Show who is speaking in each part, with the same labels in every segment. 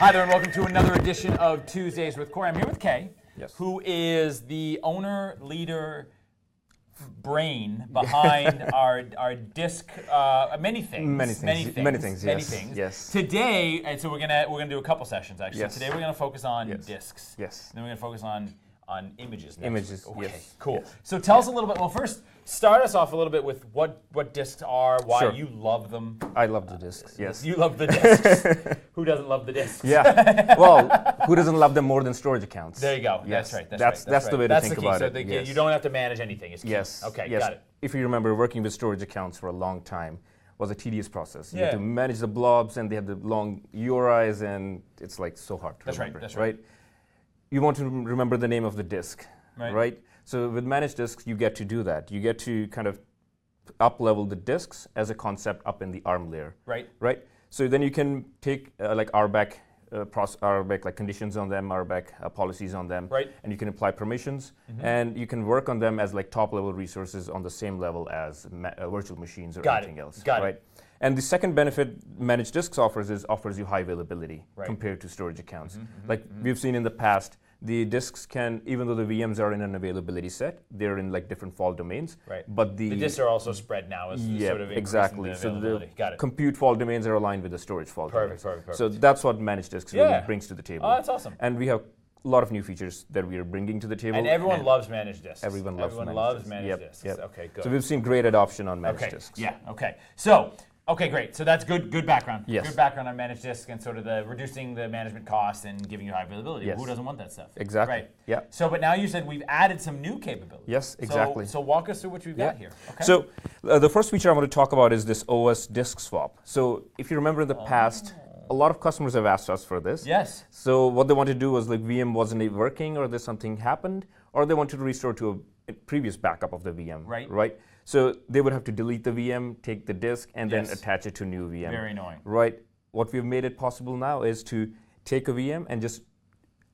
Speaker 1: Hi there, and welcome to another edition of Tuesdays with Corey. I'm here with Kay,
Speaker 2: Yes.
Speaker 1: who is the owner, leader, brain behind our our disc, uh, many things,
Speaker 2: Many things,
Speaker 1: many
Speaker 2: y-
Speaker 1: things,
Speaker 2: many things,
Speaker 1: many
Speaker 2: yes,
Speaker 1: things.
Speaker 2: yes.
Speaker 1: Today, and so we're gonna we're gonna do a couple sessions actually.
Speaker 2: Yes.
Speaker 1: Today we're gonna focus on
Speaker 2: Yes.
Speaker 1: discs.
Speaker 2: Yes.
Speaker 1: And then we're gonna focus on on images. next
Speaker 2: Images,
Speaker 1: week. Okay,
Speaker 2: yes,
Speaker 1: Cool. So tell us a little bit. Well, first, start us off a little bit with what what discs are, why
Speaker 2: Sure.
Speaker 1: you love them.
Speaker 2: I love the discs. Yes.
Speaker 1: You love the discs. Who doesn't love the discs?
Speaker 2: yeah. Well, who doesn't love them more than storage accounts?
Speaker 1: There you go.
Speaker 2: Yes.
Speaker 1: That's right. That's,
Speaker 2: that's,
Speaker 1: right.
Speaker 2: that's the
Speaker 1: right.
Speaker 2: way to
Speaker 1: That's
Speaker 2: think
Speaker 1: the key.
Speaker 2: about
Speaker 1: so
Speaker 2: it.
Speaker 1: the-
Speaker 2: yes.
Speaker 1: You don't have to manage anything. It's key.
Speaker 2: Yes.
Speaker 1: Okay.
Speaker 2: yes.
Speaker 1: Got it.
Speaker 2: If you remember, working with storage accounts for a long time was a tedious process. You had
Speaker 1: Yeah.
Speaker 2: to manage the blobs, and they have the long URIs, and it's like so hard to
Speaker 1: That's right,
Speaker 2: remember.
Speaker 1: that's right.
Speaker 2: You want to rem- remember the name of the disk,
Speaker 1: Right.
Speaker 2: So with managed disks, you get to do that. You get to kind of up level the disks as a concept up in the ARM layer.
Speaker 1: Right.
Speaker 2: right? So then you can take uh, like RBAC, uh, proc- RBAC like conditions on them, RBAC uh, policies on them,
Speaker 1: Right. Mm-hmm.
Speaker 2: And you can apply permissions, and you can work on them as like top level resources on the same level as ma- uh, virtual machines or
Speaker 1: Got it.
Speaker 2: anything else,
Speaker 1: Got it.
Speaker 2: right? And the second benefit managed disks offers is offers you high availability
Speaker 1: Right. Mm-hmm.
Speaker 2: compared to storage accounts. Like we've seen in the past, the disks can, even though the VMs are in an availability set, they're in like different fault domains.
Speaker 1: Right.
Speaker 2: But the,
Speaker 1: The discs are also spread now as
Speaker 2: yeah,
Speaker 1: sort of increasing
Speaker 2: exactly.
Speaker 1: The
Speaker 2: so the
Speaker 1: availability. Got it.
Speaker 2: compute fault domains are aligned with the storage fault
Speaker 1: Perfect,
Speaker 2: domains.
Speaker 1: perfect,
Speaker 2: So that's what managed disks
Speaker 1: Yeah.
Speaker 2: really brings to the table.
Speaker 1: Oh, that's awesome.
Speaker 2: And we have a lot of new features that we are bringing to the table.
Speaker 1: And everyone loves managed discs.
Speaker 2: everyone loves
Speaker 1: everyone
Speaker 2: managed
Speaker 1: loves
Speaker 2: disks.
Speaker 1: managed
Speaker 2: Yep,
Speaker 1: discs.
Speaker 2: yep.
Speaker 1: Okay. Good.
Speaker 2: So we've seen great adoption on managed
Speaker 1: okay.
Speaker 2: disks.
Speaker 1: Yeah. Okay. So. Okay, great. So that's good. Good background.
Speaker 2: Yes.
Speaker 1: Good background on managed disk and sort of the reducing the management costs and giving you high availability.
Speaker 2: Yes.
Speaker 1: Who doesn't want that stuff?
Speaker 2: Exactly.
Speaker 1: Right.
Speaker 2: Yeah.
Speaker 1: So, but now you said we've added some new capabilities.
Speaker 2: Yes,
Speaker 1: So-
Speaker 2: exactly.
Speaker 1: So, walk us through what you've got
Speaker 2: Yeah.
Speaker 1: here. Okay.
Speaker 2: So uh, the first feature I want to talk about is this OS disk swap. So if you remember in
Speaker 1: Oh.
Speaker 2: the past, a lot of customers have asked us for this.
Speaker 1: yes.
Speaker 2: So what they wanted to do was like VM wasn't working, or there's something happened, or they wanted to restore to a previous backup of the VM.
Speaker 1: Right.
Speaker 2: Right. So they would have to delete the VM, take the disk, and then
Speaker 1: Yes.
Speaker 2: attach it to new VM.
Speaker 1: Very annoying.
Speaker 2: Right. What we've made it possible now is to take a VM and just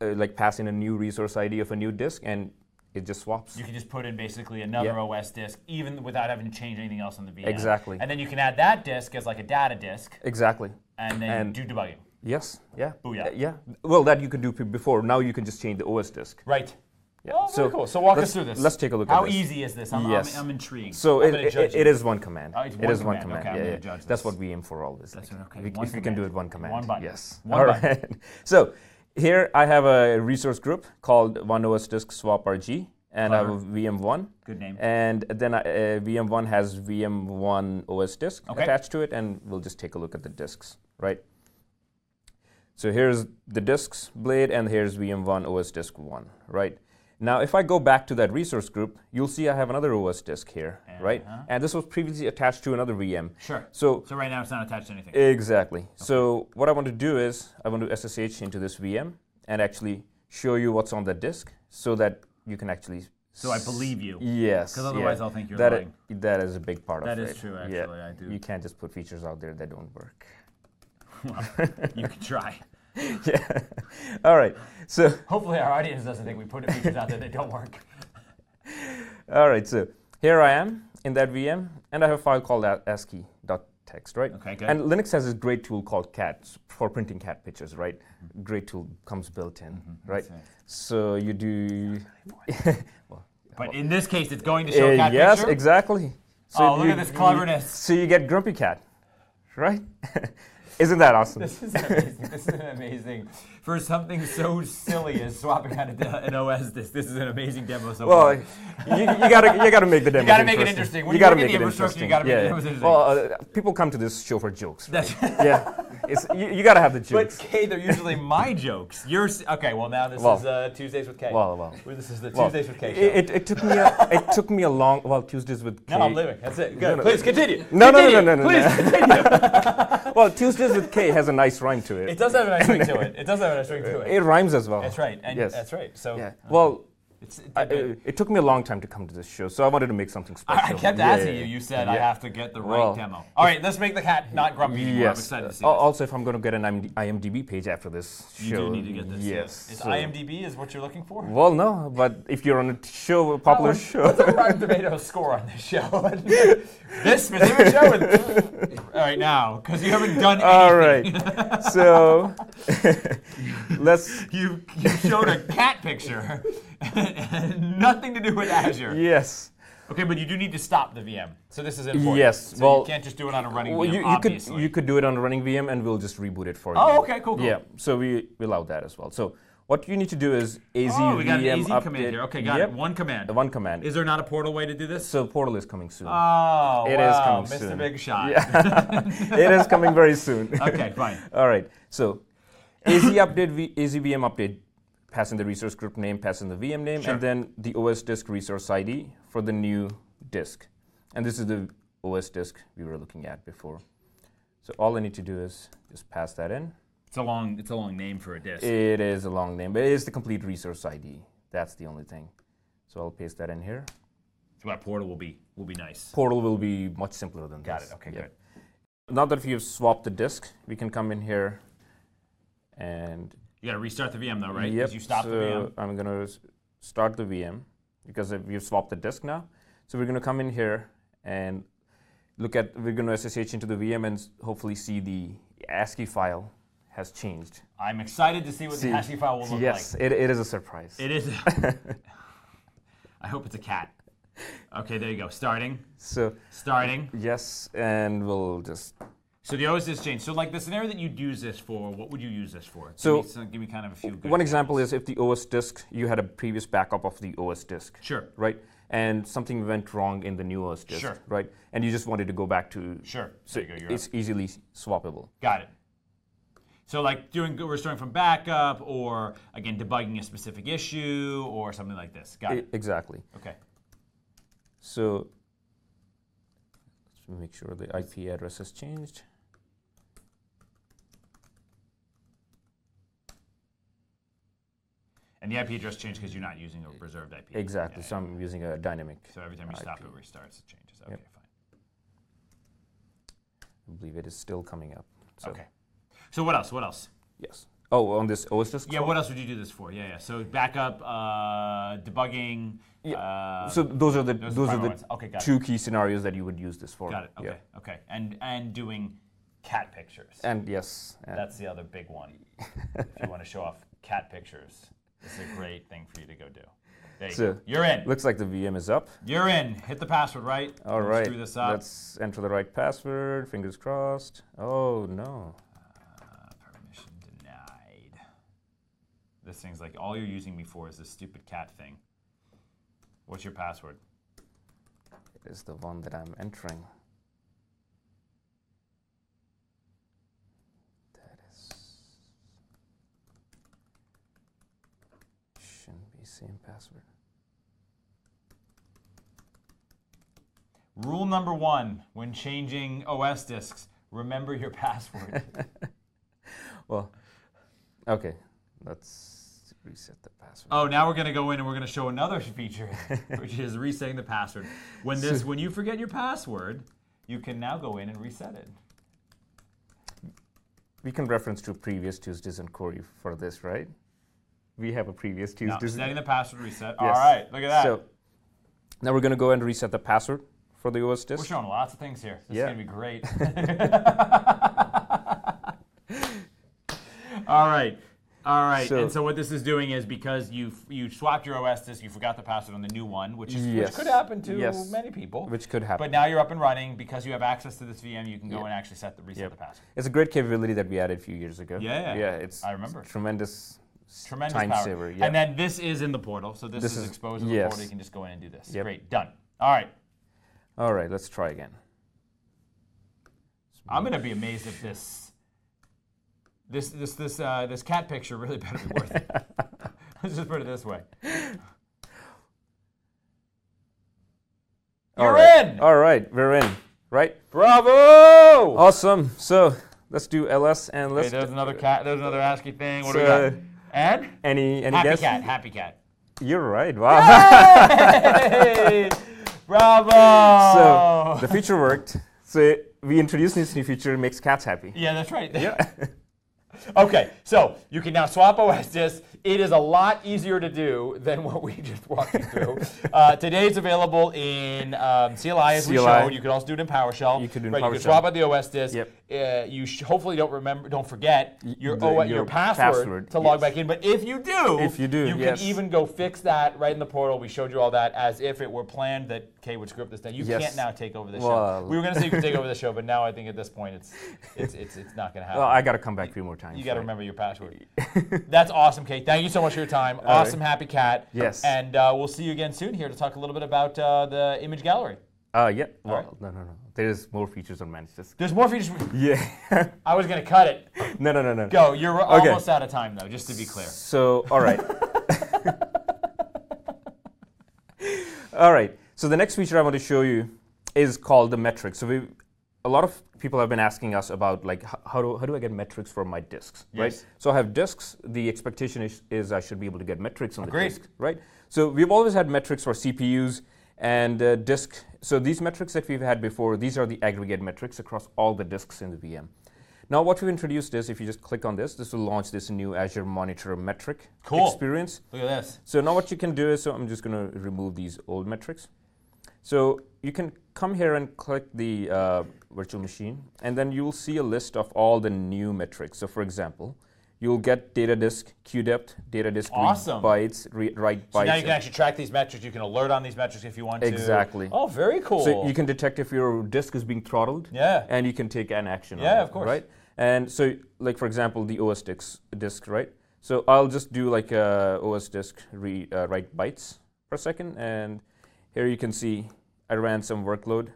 Speaker 2: uh, like pass in a new resource ID of a new disk, and it just swaps.
Speaker 1: You can just put in basically another
Speaker 2: Yeah.
Speaker 1: OS disk, even without having to change anything else on the VM.
Speaker 2: Exactly.
Speaker 1: And then you can add that disk as like a data disk,
Speaker 2: exactly.
Speaker 1: and then
Speaker 2: And-
Speaker 1: do debugging.
Speaker 2: Yes. Yeah.
Speaker 1: Booyah.
Speaker 2: Uh, yeah. Well, that you could do p- before. Now you can just change the OS disk.
Speaker 1: Right.
Speaker 2: Yeah.
Speaker 1: Oh, very
Speaker 2: So
Speaker 1: cool. So walk us
Speaker 2: let's-
Speaker 1: through this.
Speaker 2: let's take a look at
Speaker 1: How
Speaker 2: this.
Speaker 1: easy is this? I'm,
Speaker 2: Yes.
Speaker 1: I'm, I'm intrigued.
Speaker 2: So
Speaker 1: I'm
Speaker 2: it,
Speaker 1: gonna
Speaker 2: it-
Speaker 1: judge
Speaker 2: it
Speaker 1: you.
Speaker 2: is one command.
Speaker 1: Oh, it's
Speaker 2: It
Speaker 1: one
Speaker 2: is one
Speaker 1: command.
Speaker 2: command.
Speaker 1: Okay, I'm
Speaker 2: yeah,
Speaker 1: gonna
Speaker 2: yeah.
Speaker 1: judge
Speaker 2: That's
Speaker 1: this.
Speaker 2: what we aim for always. That's
Speaker 1: right, okay.
Speaker 2: We,
Speaker 1: One
Speaker 2: if we can do
Speaker 1: command.
Speaker 2: it one command.
Speaker 1: One button.
Speaker 2: Yes.
Speaker 1: One
Speaker 2: All
Speaker 1: button.
Speaker 2: right. So here I have a resource group called OneOS Disk Swap RG, and I
Speaker 1: Uh-huh.
Speaker 2: have a VM1.
Speaker 1: Good name.
Speaker 2: And then I, uh, VM1 has VM1 OS disk
Speaker 1: Okay.
Speaker 2: attached to it, and we'll just take a look at the disks, right? So here's the disks blade, and here's VM1 OS disk 1, right? Now, if I go back to that resource group, you'll see I have another OS disk here, right?
Speaker 1: Uh-huh.
Speaker 2: And this was previously attached to another VM.
Speaker 1: Sure.
Speaker 2: So,
Speaker 1: So right now it's not attached to anything.
Speaker 2: exactly. So, what I want to do is I want to SSH into this VM and actually show you what's on the disk so that you can actually.
Speaker 1: so I believe you.
Speaker 2: Yes.
Speaker 1: Because otherwise
Speaker 2: yeah.
Speaker 1: I'll think you're
Speaker 2: that i-
Speaker 1: lying.
Speaker 2: that is a big part
Speaker 1: That
Speaker 2: of it.
Speaker 1: is true,
Speaker 2: Yeah.
Speaker 1: actually, I do.
Speaker 2: You can't just put features out there that don't work.
Speaker 1: you can try.
Speaker 2: yeah. All right. So
Speaker 1: Hopefully our audience doesn't think we put features out there that don't work.
Speaker 2: all right. So here I am in that VM, and I have a file called a- ASCII.txt, right?
Speaker 1: Okay, good.
Speaker 2: And Linux has this great tool called cat s- for printing cat pictures, right? Great tool comes built in, right?
Speaker 1: Mm-hmm. that's
Speaker 2: So you do. well,
Speaker 1: But in this case, it's going to show
Speaker 2: uh,
Speaker 1: a cat
Speaker 2: yes,
Speaker 1: picture.
Speaker 2: exactly.
Speaker 1: Oh, look at this
Speaker 2: you-
Speaker 1: cleverness.
Speaker 2: so you get Grumpy Cat, right? Isn't that awesome?
Speaker 1: This is amazing. this is an amazing for something so silly as swapping out a de- an OS disk. This is an amazing demo so
Speaker 2: Well,
Speaker 1: far.
Speaker 2: you, you gotta you gotta make the demo.
Speaker 1: gotta make it interesting. When you
Speaker 2: gotta
Speaker 1: look at
Speaker 2: make
Speaker 1: the
Speaker 2: it
Speaker 1: infrastructure, you
Speaker 2: interesting.
Speaker 1: gotta make the
Speaker 2: yeah.
Speaker 1: demos interesting.
Speaker 2: Well, uh, people come to this show for jokes. right?
Speaker 1: That's-
Speaker 2: yeah, it's you, you gotta have the
Speaker 1: but
Speaker 2: jokes.
Speaker 1: Kay, they're usually my jokes. Yours, okay. Well, now this
Speaker 2: Well.
Speaker 1: is uh, Tuesdays with Kay.
Speaker 2: Well, well.
Speaker 1: Well, this is the
Speaker 2: Well,
Speaker 1: Tuesdays with Kay. Show.
Speaker 2: it, it, it took me a, it took me a long well Tuesdays with K.
Speaker 1: now I'm living. That's it. Good.
Speaker 2: no.
Speaker 1: Please continue.
Speaker 2: No, no, no,
Speaker 1: Continue.
Speaker 2: no, no, no,
Speaker 1: Please
Speaker 2: no.
Speaker 1: continue.
Speaker 2: Well, Tuesdays with K has a nice rhyme to it.
Speaker 1: it does have a nice ring to it. It does have a nice ring to it.
Speaker 2: It rhymes as well.
Speaker 1: That's right. And
Speaker 2: yes.
Speaker 1: that's right. So
Speaker 2: Yeah. Well,
Speaker 1: it's,
Speaker 2: I, uh, it took me a long time to come to this show, so I wanted to make something special.
Speaker 1: I kept
Speaker 2: Yeah,
Speaker 1: asking
Speaker 2: yeah,
Speaker 1: you.
Speaker 2: yeah.
Speaker 1: You said I
Speaker 2: Yeah.
Speaker 1: have to get the right
Speaker 2: Well.
Speaker 1: demo. All right, let's make the cat not grumpy anymore. I'm
Speaker 2: Yes.
Speaker 1: excited to see.
Speaker 2: Uh,
Speaker 1: this.
Speaker 2: also, if I'm going to get an IMD- IMDb page after this
Speaker 1: You
Speaker 2: show,
Speaker 1: do need to get this.
Speaker 2: Yes.
Speaker 1: Is
Speaker 2: so-
Speaker 1: IMDb is what you're looking for?
Speaker 2: Well, no, but if you're on a t- show, a
Speaker 1: Oh.
Speaker 2: popular
Speaker 1: what's-
Speaker 2: show,
Speaker 1: What's the Rotten Tomatoes score on this show? this specific show? Is, right now because you haven't done
Speaker 2: All
Speaker 1: anything.
Speaker 2: right. So let's
Speaker 1: You, you showed a cat picture, and nothing to do with Azure.
Speaker 2: yes.
Speaker 1: Okay, but you do need to stop the VM. So this is important.
Speaker 2: Yes,
Speaker 1: So you
Speaker 2: well-
Speaker 1: can't just do it on a running
Speaker 2: Well,
Speaker 1: VM.
Speaker 2: you, you could
Speaker 1: obviously.
Speaker 2: you could do it on running VM and we'll just reboot it for you.
Speaker 1: oh, okay, cool, cool.
Speaker 2: Yeah. So we we allow that as well. So what you need to do is az
Speaker 1: Oh, we got an
Speaker 2: VM
Speaker 1: easy
Speaker 2: update.
Speaker 1: command here. Okay, got
Speaker 2: yep,
Speaker 1: it. One command.
Speaker 2: The one command.
Speaker 1: Is there not a portal way to do this?
Speaker 2: so portal is coming soon.
Speaker 1: Oh,
Speaker 2: It is
Speaker 1: wow,
Speaker 2: coming
Speaker 1: Mr.
Speaker 2: soon.
Speaker 1: Big Shot.
Speaker 2: it is coming very soon.
Speaker 1: Okay, fine.
Speaker 2: All right. So AZ update, v- AZ VM update, passing the resource group name, passing the VM name,
Speaker 1: Sure.
Speaker 2: and then the OS disk resource ID for the new disk. And this is the OS disk we were looking at before. So all I need to do is just pass that in.
Speaker 1: It's a long, it's a long name for a disk.
Speaker 2: It is a long name, but it is the complete resource ID. That's the only thing. So I'll paste that in here.
Speaker 1: so that portal will be will be nice.
Speaker 2: Portal will be much simpler than
Speaker 1: Got
Speaker 2: this.
Speaker 1: it. Okay,
Speaker 2: Yeah.
Speaker 1: good.
Speaker 2: Now that we have swapped the disk, we can come in here and
Speaker 1: You got to restart the VM though, right? 'Cause
Speaker 2: Yep.
Speaker 1: You stopped
Speaker 2: so
Speaker 1: the VM.
Speaker 2: I'm going to start the VM because if we've swapped the disk now. So we're going to come in here and look at, we're going to SSH into the VM and s- hopefully see the ASCII file has changed.
Speaker 1: I'm excited to see what
Speaker 2: See,
Speaker 1: the ASCII file will look
Speaker 2: yes, it, it is a surprise.
Speaker 1: like. It is. I hope it's a cat. Okay, there you go. Starting,
Speaker 2: so,
Speaker 1: starting.
Speaker 2: yes, and we'll just,
Speaker 1: So the OS has changed. So like the scenario that you'd use this for, what would you use this for? Give
Speaker 2: So-
Speaker 1: me some- give me kind of a few. Good
Speaker 2: one example is if the OS disk, you had a previous backup of the OS disk.
Speaker 1: Sure.
Speaker 2: Right? And something went wrong in the new OS disk.
Speaker 1: Sure.
Speaker 2: Right? And you just wanted to go back to,
Speaker 1: Sure.
Speaker 2: so
Speaker 1: there you go. You're up.
Speaker 2: it's easily swappable.
Speaker 1: Got it. So like doing restoring from backup, or again debugging a specific issue, or something like this. Got
Speaker 2: E-
Speaker 1: it.
Speaker 2: Exactly.
Speaker 1: Okay.
Speaker 2: So let's make sure the IP address has changed.
Speaker 1: And the IP address changed because you're not using a preserved IP.
Speaker 2: Exactly.
Speaker 1: Yeah,
Speaker 2: So I'm using a dynamic.
Speaker 1: yeah. So every time you stop,
Speaker 2: IP.
Speaker 1: it restarts. It changes. Okay,
Speaker 2: Yep.
Speaker 1: fine.
Speaker 2: I believe it is still coming up. So
Speaker 1: Okay. So what else? What else?
Speaker 2: yes. Oh, on this OS disk.
Speaker 1: Yeah. What else would you do this for? Yeah. Yeah. So backup, uh, debugging.
Speaker 2: Yeah.
Speaker 1: Uh,
Speaker 2: so those are the
Speaker 1: those
Speaker 2: those,
Speaker 1: are
Speaker 2: are
Speaker 1: primary
Speaker 2: the
Speaker 1: ones. Okay, got it.
Speaker 2: two key scenarios that you would use this for.
Speaker 1: got it. Okay.
Speaker 2: Yeah.
Speaker 1: Okay. And and doing cat pictures.
Speaker 2: And yes. and-
Speaker 1: That's the other big one. if you want to show off cat pictures, it's a great thing for you to go do. There you
Speaker 2: So,
Speaker 1: go. You're in.
Speaker 2: looks like the VM is up.
Speaker 1: You're in. Hit the password, right?
Speaker 2: All
Speaker 1: Don't
Speaker 2: right.
Speaker 1: Screw this up.
Speaker 2: Let's enter the right password. Fingers crossed. Oh no.
Speaker 1: Uh, permission denied. This thing's like all you're using me for is this stupid cat thing. What's your password?
Speaker 2: It is the one that I'm entering. That is. Shouldn't be same password.
Speaker 1: Rule number one when changing OS disks: remember your password.
Speaker 2: Well, okay. Let's reset the password.
Speaker 1: Oh, now we're gonna go in and we're gonna show another feature, which is resetting the password. When this, when you forget your password, you can now go in and reset it.
Speaker 2: We can reference to previous Tuesdays in Corey for this, right? We have a previous
Speaker 1: No,
Speaker 2: Tuesdays.
Speaker 1: setting the password reset. All
Speaker 2: Yes.
Speaker 1: right, look at that.
Speaker 2: So now we're going to go and reset the password for the OS
Speaker 1: we're
Speaker 2: disk.
Speaker 1: showing lots of things here. This
Speaker 2: Yeah.
Speaker 1: is gonna be great. All right. All right,
Speaker 2: So-
Speaker 1: and so what this is doing is because you you swapped your OS disk, you forgot the password on the new one, which is
Speaker 2: Yes.
Speaker 1: which could happen to
Speaker 2: Yes.
Speaker 1: many people.
Speaker 2: Which could
Speaker 1: but
Speaker 2: happen.
Speaker 1: now you're up and running because you have access to this VM. You can go
Speaker 2: Yep.
Speaker 1: and actually set the reset
Speaker 2: Yep.
Speaker 1: the password.
Speaker 2: It's a great capability that we added a few years ago.
Speaker 1: Yeah, yeah.
Speaker 2: yeah. It's
Speaker 1: I remember.
Speaker 2: tremendous, s-
Speaker 1: Tremendous
Speaker 2: time
Speaker 1: power.
Speaker 2: saver. Yeah.
Speaker 1: And then this is in the portal, so this,
Speaker 2: This
Speaker 1: is,
Speaker 2: is-
Speaker 1: exposed in the
Speaker 2: yes.
Speaker 1: portal. You can just go in and do this.
Speaker 2: Yep.
Speaker 1: Great, done. All right,
Speaker 2: All right, let's try again.
Speaker 1: I'm gonna be amazed if this, this, this, this, uh, this cat picture really better be worth it. Let's just put it this way.
Speaker 2: All
Speaker 1: You're
Speaker 2: right. Uh,
Speaker 1: in!
Speaker 2: All right, we're in. Right?
Speaker 1: Bravo!
Speaker 2: Awesome. So let's do ls and
Speaker 1: Okay,
Speaker 2: let's
Speaker 1: there's another cat. There's another ASCII thing. What do we
Speaker 2: So-
Speaker 1: got? And
Speaker 2: any any
Speaker 1: happy
Speaker 2: guess?
Speaker 1: cat. Happy cat.
Speaker 2: You're right. Wow.
Speaker 1: Hey! Bravo!
Speaker 2: so the feature worked. So we introduced this new feature. It makes cats happy.
Speaker 1: yeah, that's right.
Speaker 2: Yeah.
Speaker 1: Okay, so you can now swap OS disks. It is a lot easier to do than what we just walked you through. uh, today it's available in um, CLI as we
Speaker 2: CLI.
Speaker 1: showed. You could also do it in PowerShell.
Speaker 2: You could do it in
Speaker 1: right, You
Speaker 2: PowerShell.
Speaker 1: can swap out the OS disk.
Speaker 2: Yep.
Speaker 1: Uh, you sh- hopefully don't remember, don't forget your
Speaker 2: the-
Speaker 1: O-
Speaker 2: your
Speaker 1: your password,
Speaker 2: password,
Speaker 1: to log
Speaker 2: yes.
Speaker 1: back in. But if you do,
Speaker 2: If you do,
Speaker 1: you
Speaker 2: yes.
Speaker 1: can even go fix that right in the portal. We showed you all that as if it were planned that Kay would script this down. You
Speaker 2: Yes.
Speaker 1: can't now take over the
Speaker 2: Well-
Speaker 1: show. We were going to say you could take over the show, but now I think at this point it's it's it's, it's not going to happen.
Speaker 2: Well, Oh, I got to come back a few more times.
Speaker 1: You got to
Speaker 2: right?
Speaker 1: remember your password. That's awesome, Kate. Thank you so much for your time. awesome, happy cat.
Speaker 2: Yes.
Speaker 1: And uh, we'll see you again soon here to talk a little bit about uh, the image gallery.
Speaker 2: Uh, yeah. Well,
Speaker 1: right.
Speaker 2: no, no, no. There is more features on managed disk.
Speaker 1: There's more features.
Speaker 2: Yeah.
Speaker 1: I was going to cut it.
Speaker 2: no, no, no, no.
Speaker 1: Go. You're
Speaker 2: Okay.
Speaker 1: almost out of time, though, just to be clear.
Speaker 2: So, all right. all right. So the next feature I want to show you is called the metrics. So we, a lot of people have been asking us about like h- how do how do I get metrics for my disks, right?
Speaker 1: Yes.
Speaker 2: So I have disks. The expectation is, is I should be able to get metrics on
Speaker 1: Agreed.
Speaker 2: the disk, right? So we've always had metrics for CPUs and uh, disk. So these metrics that we've had before, these are the aggregate metrics across all the disks in the VM. Now what we've introduced is, if you just click on this, this will launch this new Azure Monitor metric
Speaker 1: Cool.
Speaker 2: experience.
Speaker 1: Look at this.
Speaker 2: So now what you can do is, so I'm just going to remove these old metrics. So you can come here and click the uh, virtual machine, and then you'll see a list of all the new metrics. So for example, you'll get data disk queue depth, data disk read
Speaker 1: Awesome.
Speaker 2: bytes, re- write bytes.
Speaker 1: Now you can
Speaker 2: and-
Speaker 1: actually track these metrics. You can alert on these metrics if you want to.
Speaker 2: Exactly.
Speaker 1: Oh, very cool.
Speaker 2: So you can detect if your disk is being throttled.
Speaker 1: Yeah.
Speaker 2: And you can take an action. on
Speaker 1: Yeah,
Speaker 2: it,
Speaker 1: of course.
Speaker 2: Right. And so, like for example, the OS disk, disk right? So I'll just do like uh, OS disk re, uh, write bytes per second, and here you can see I ran some workload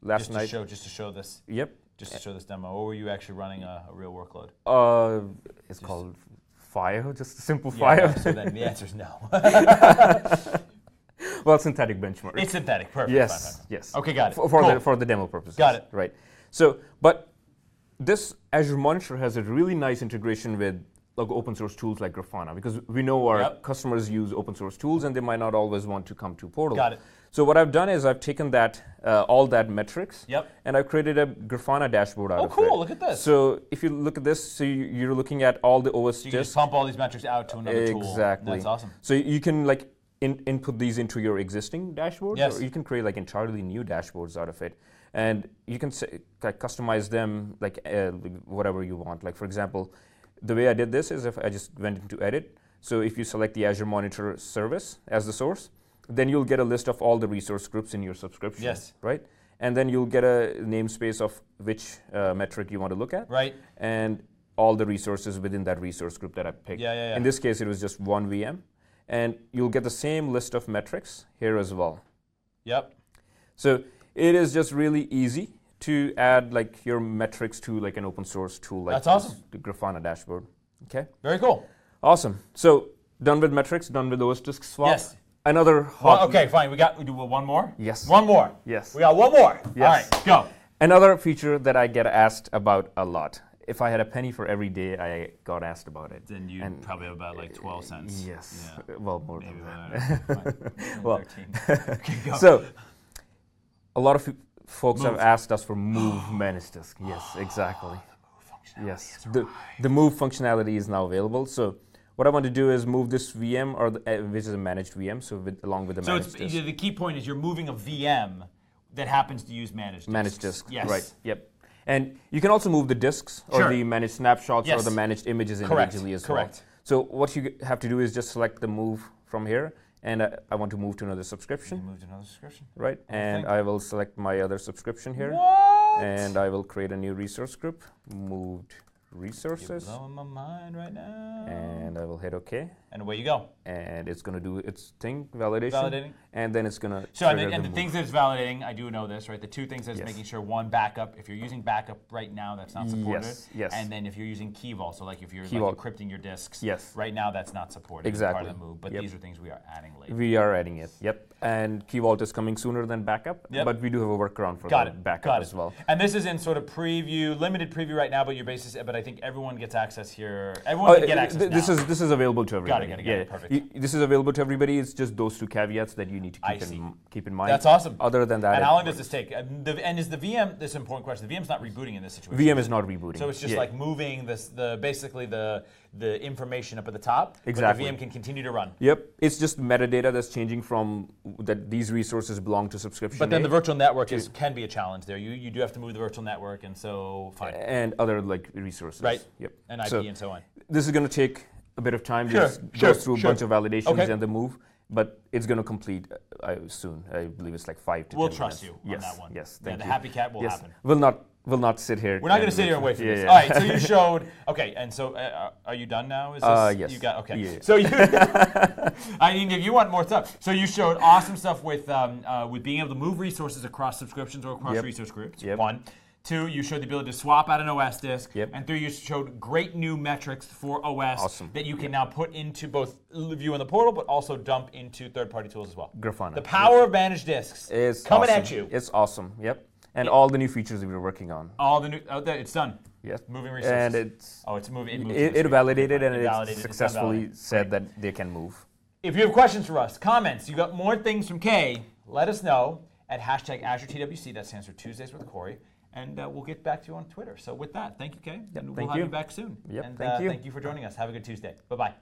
Speaker 2: last
Speaker 1: just to
Speaker 2: night.
Speaker 1: show, just to show this,
Speaker 2: Yep.
Speaker 1: just to show this demo. Or were you actually running a, a real workload?
Speaker 2: Uh, it's called Fire, just a simple
Speaker 1: Yeah,
Speaker 2: Fire.
Speaker 1: so then the answer is no.
Speaker 2: well, synthetic benchmark.
Speaker 1: it's synthetic. Perfect. Fine, fine,
Speaker 2: yes.
Speaker 1: fine.
Speaker 2: Yes.
Speaker 1: Okay, got it.
Speaker 2: for, for, the,
Speaker 1: Cool.
Speaker 2: for the demo purposes.
Speaker 1: Got it.
Speaker 2: Right. So, but this Azure Monitor has a really nice integration with like open source tools like Grafana because we know our
Speaker 1: Yep.
Speaker 2: customers use open source tools and they might not always want to come to Portal.
Speaker 1: Got it.
Speaker 2: So what I've done is I've taken that uh, all that metrics.
Speaker 1: Yep.
Speaker 2: And I've created a Grafana dashboard out
Speaker 1: Oh,
Speaker 2: of it.
Speaker 1: cool, look at this.
Speaker 2: So if you look at this, so you, you're looking at all the OS
Speaker 1: You can
Speaker 2: disks
Speaker 1: just pump all these metrics out to another tool.
Speaker 2: Exactly.
Speaker 1: That's awesome.
Speaker 2: So you can like in, input these into your existing dashboards,
Speaker 1: Yes.
Speaker 2: or you can create like entirely new dashboards out of it, and you can say, like, customize them like uh, whatever you want. Like for example, the way I did this is if I just went into edit. So if you select the Azure Monitor service as the source, then you'll get a list of all the resource groups in your subscription.
Speaker 1: Yes.
Speaker 2: Right. And then you'll get a namespace of which uh, metric you want to look at
Speaker 1: Right.
Speaker 2: and all the resources within that resource group that I picked.
Speaker 1: Yeah, yeah, yeah.
Speaker 2: In this case, it was just one VM, and you'll get the same list of metrics here as well.
Speaker 1: Yep.
Speaker 2: So it is just really easy to add like your metrics to like an open source tool like
Speaker 1: That's awesome.
Speaker 2: this, the Grafana dashboard. Okay,
Speaker 1: Very cool.
Speaker 2: awesome. So done with metrics, done with OS disk swap.
Speaker 1: Yes.
Speaker 2: Another hot
Speaker 1: Well, okay, fine. We got we do one more.
Speaker 2: Yes.
Speaker 1: One more.
Speaker 2: Yes.
Speaker 1: We got one more.
Speaker 2: Yes.
Speaker 1: All right. Go.
Speaker 2: Another feature that I get asked about a lot. If I had a penny for every day I got asked about it.
Speaker 3: Then you
Speaker 2: And-
Speaker 3: probably have about like 12 cents.
Speaker 2: Yes.
Speaker 3: Yeah.
Speaker 2: Well, more
Speaker 3: Maybe
Speaker 2: than that.
Speaker 3: about that.
Speaker 2: Well.
Speaker 1: 13. Okay, go.
Speaker 2: So, a lot of f- folks have asked us for move managed disk. Yes,
Speaker 1: Oh,
Speaker 2: exactly. Yes, the, the move functionality is now available. So, what I want to do is move this VM, or the, uh, which is a managed VM, so with, along with the
Speaker 1: So it's,
Speaker 2: managed disk.
Speaker 1: the key point is you're moving a VM that happens to use managed disks.
Speaker 2: Managed disk.
Speaker 1: Yes.
Speaker 2: Right. Yep. And you can also move the disks or
Speaker 1: Sure.
Speaker 2: the managed snapshots or
Speaker 1: Yes.
Speaker 2: the managed images
Speaker 1: Correct,
Speaker 2: individually as
Speaker 1: correct.
Speaker 2: well. So what you g- have to do is just select the move from here, and uh, I, I want to move to another subscription,
Speaker 1: Moved another subscription.
Speaker 2: right? And
Speaker 1: thing.
Speaker 2: I will select my other subscription here.
Speaker 1: What?
Speaker 2: and I will create a new resource group, moved
Speaker 1: You're
Speaker 2: resources,
Speaker 1: blowing my mind right now.
Speaker 2: and I will hit OK,
Speaker 1: and away you go.
Speaker 2: and it's gonna do its thing, validation,
Speaker 1: Validating.
Speaker 2: and then it's gonna.
Speaker 1: So and
Speaker 2: trigger
Speaker 1: the, and the
Speaker 2: move.
Speaker 1: things that it's validating, I do know this, right? The two things that's
Speaker 2: Yes.
Speaker 1: making sure one backup. If you're using backup right now, that's not supported.
Speaker 2: Yes, yes.
Speaker 1: And then if you're using key vault, so like if you're
Speaker 2: Key Vault.
Speaker 1: like encrypting your disks,
Speaker 2: Yes.
Speaker 1: right now that's not supported. as Part
Speaker 2: Exactly.
Speaker 1: of the move, but
Speaker 2: Yep.
Speaker 1: these are things we are adding later.
Speaker 2: we are adding it. Yep, and Key Vault is coming sooner than backup,
Speaker 1: Yep.
Speaker 2: but we do have a workaround for
Speaker 1: Got
Speaker 2: that
Speaker 1: it.
Speaker 2: backup
Speaker 1: Got it.
Speaker 2: as well.
Speaker 1: And this is in sort of preview, limited preview right now, but your basis. But I think everyone gets access here.
Speaker 2: Oh,
Speaker 1: Everyone can get
Speaker 2: uh,
Speaker 1: access
Speaker 2: th-
Speaker 1: now.
Speaker 2: this is this is available to everyone.
Speaker 1: Got it, got it, got it, perfect.
Speaker 2: You- this is available to everybody. It's just those two caveats that you need to
Speaker 1: I
Speaker 2: keep
Speaker 1: see.
Speaker 2: in keep in mind.
Speaker 1: That's awesome.
Speaker 2: Other than that,
Speaker 1: and
Speaker 2: it
Speaker 1: how long does
Speaker 2: works.
Speaker 1: this take? And, the, and is the VM? This is an important question. The VM's not rebooting in this situation.
Speaker 2: VM is not rebooting.
Speaker 1: So it's just
Speaker 2: Yeah.
Speaker 1: like moving this, the basically the the information up at the top.
Speaker 2: Exactly.
Speaker 1: But the VM can continue to run.
Speaker 2: Yep, it's just metadata that's changing from that these resources belong to subscription.
Speaker 1: But then the
Speaker 2: A
Speaker 1: virtual network is, can be a challenge there. You you do have to move the virtual network, and so fine.
Speaker 2: and other like resources.
Speaker 1: Right.
Speaker 2: Yep.
Speaker 1: And IP
Speaker 2: So
Speaker 1: and so on.
Speaker 2: this is going to take a bit of time.
Speaker 1: Sure,
Speaker 2: Just
Speaker 1: sure,
Speaker 2: goes through a
Speaker 1: sure.
Speaker 2: bunch of validations
Speaker 1: Okay.
Speaker 2: and the move, but it's going to complete uh, I- soon. I believe it's like five to.
Speaker 1: We'll
Speaker 2: 10
Speaker 1: trust
Speaker 2: minutes.
Speaker 1: you on
Speaker 2: yes.
Speaker 1: that one.
Speaker 2: Yes.
Speaker 1: Yeah,
Speaker 2: Thank
Speaker 1: the
Speaker 2: you.
Speaker 1: happy cat will
Speaker 2: yes.
Speaker 1: happen.
Speaker 2: We'll not. We'll not sit here.
Speaker 1: We're not going
Speaker 2: and
Speaker 1: to sit here and wait for
Speaker 2: yeah,
Speaker 1: this.
Speaker 2: yeah.
Speaker 1: All right, so you showed. Okay, and so uh, are you done now? Is this,
Speaker 2: Uh, yes.
Speaker 1: You got okay.
Speaker 2: Yeah, yeah.
Speaker 1: So you, I mean, if you want more stuff, so you showed awesome stuff with um, uh, with being able to move resources across subscriptions or across
Speaker 2: Yep.
Speaker 1: resource groups.
Speaker 2: Yep.
Speaker 1: One. Two, you showed the ability to swap out an OS disk.
Speaker 2: Yep.
Speaker 1: And three, you showed great new metrics for OS
Speaker 2: Awesome.
Speaker 1: that you can now put into both view in the portal, but also dump into third party tools as well.
Speaker 2: Grafana.
Speaker 1: The power of managed disks
Speaker 2: It's
Speaker 1: coming at
Speaker 2: awesome.
Speaker 1: you.
Speaker 2: It's awesome. Yep. And all the new features that we were working on.
Speaker 1: All the new, oh, there- it's done.
Speaker 2: Yes.
Speaker 1: Moving resources.
Speaker 2: And it's
Speaker 1: Oh, it's moving. moved
Speaker 2: it,
Speaker 1: to
Speaker 2: it
Speaker 1: the
Speaker 2: validated
Speaker 1: screen.
Speaker 2: and
Speaker 1: It
Speaker 2: it,
Speaker 1: validated, it's done
Speaker 2: successfully
Speaker 1: validating.
Speaker 2: said that they can move.
Speaker 1: If you have questions for us, comments, you got more things from Kay, let us know at hashtag AzureTWC. That stands for Tuesdays with Corey. And uh, we'll get back to you on Twitter. So with that, thank you, Kay. and we'll
Speaker 2: thank
Speaker 1: have
Speaker 2: you.
Speaker 1: you back soon.
Speaker 2: Yep,
Speaker 1: and
Speaker 2: thank
Speaker 1: uh,
Speaker 2: you.
Speaker 1: thank you for joining us. Have a good Tuesday. Bye-bye.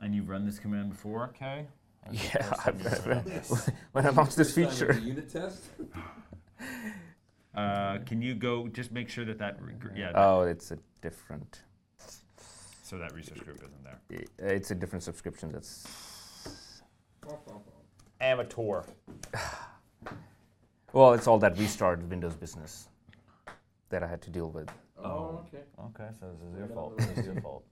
Speaker 1: And you've run this command before, okay?
Speaker 2: Yeah. when I launched this feature.
Speaker 4: Unit test?
Speaker 5: Uh,
Speaker 1: Mm-hmm.
Speaker 5: can you go just make sure that that reg- yeah
Speaker 1: Uh,
Speaker 2: Oh, it's a different.
Speaker 5: so that research group isn't there.
Speaker 2: i- It's a different subscription. That's
Speaker 1: Amateur.
Speaker 2: well, it's all that restart Windows business that I had to deal with.
Speaker 4: Oh, okay.
Speaker 1: Okay, so this is your fault. This is your fault.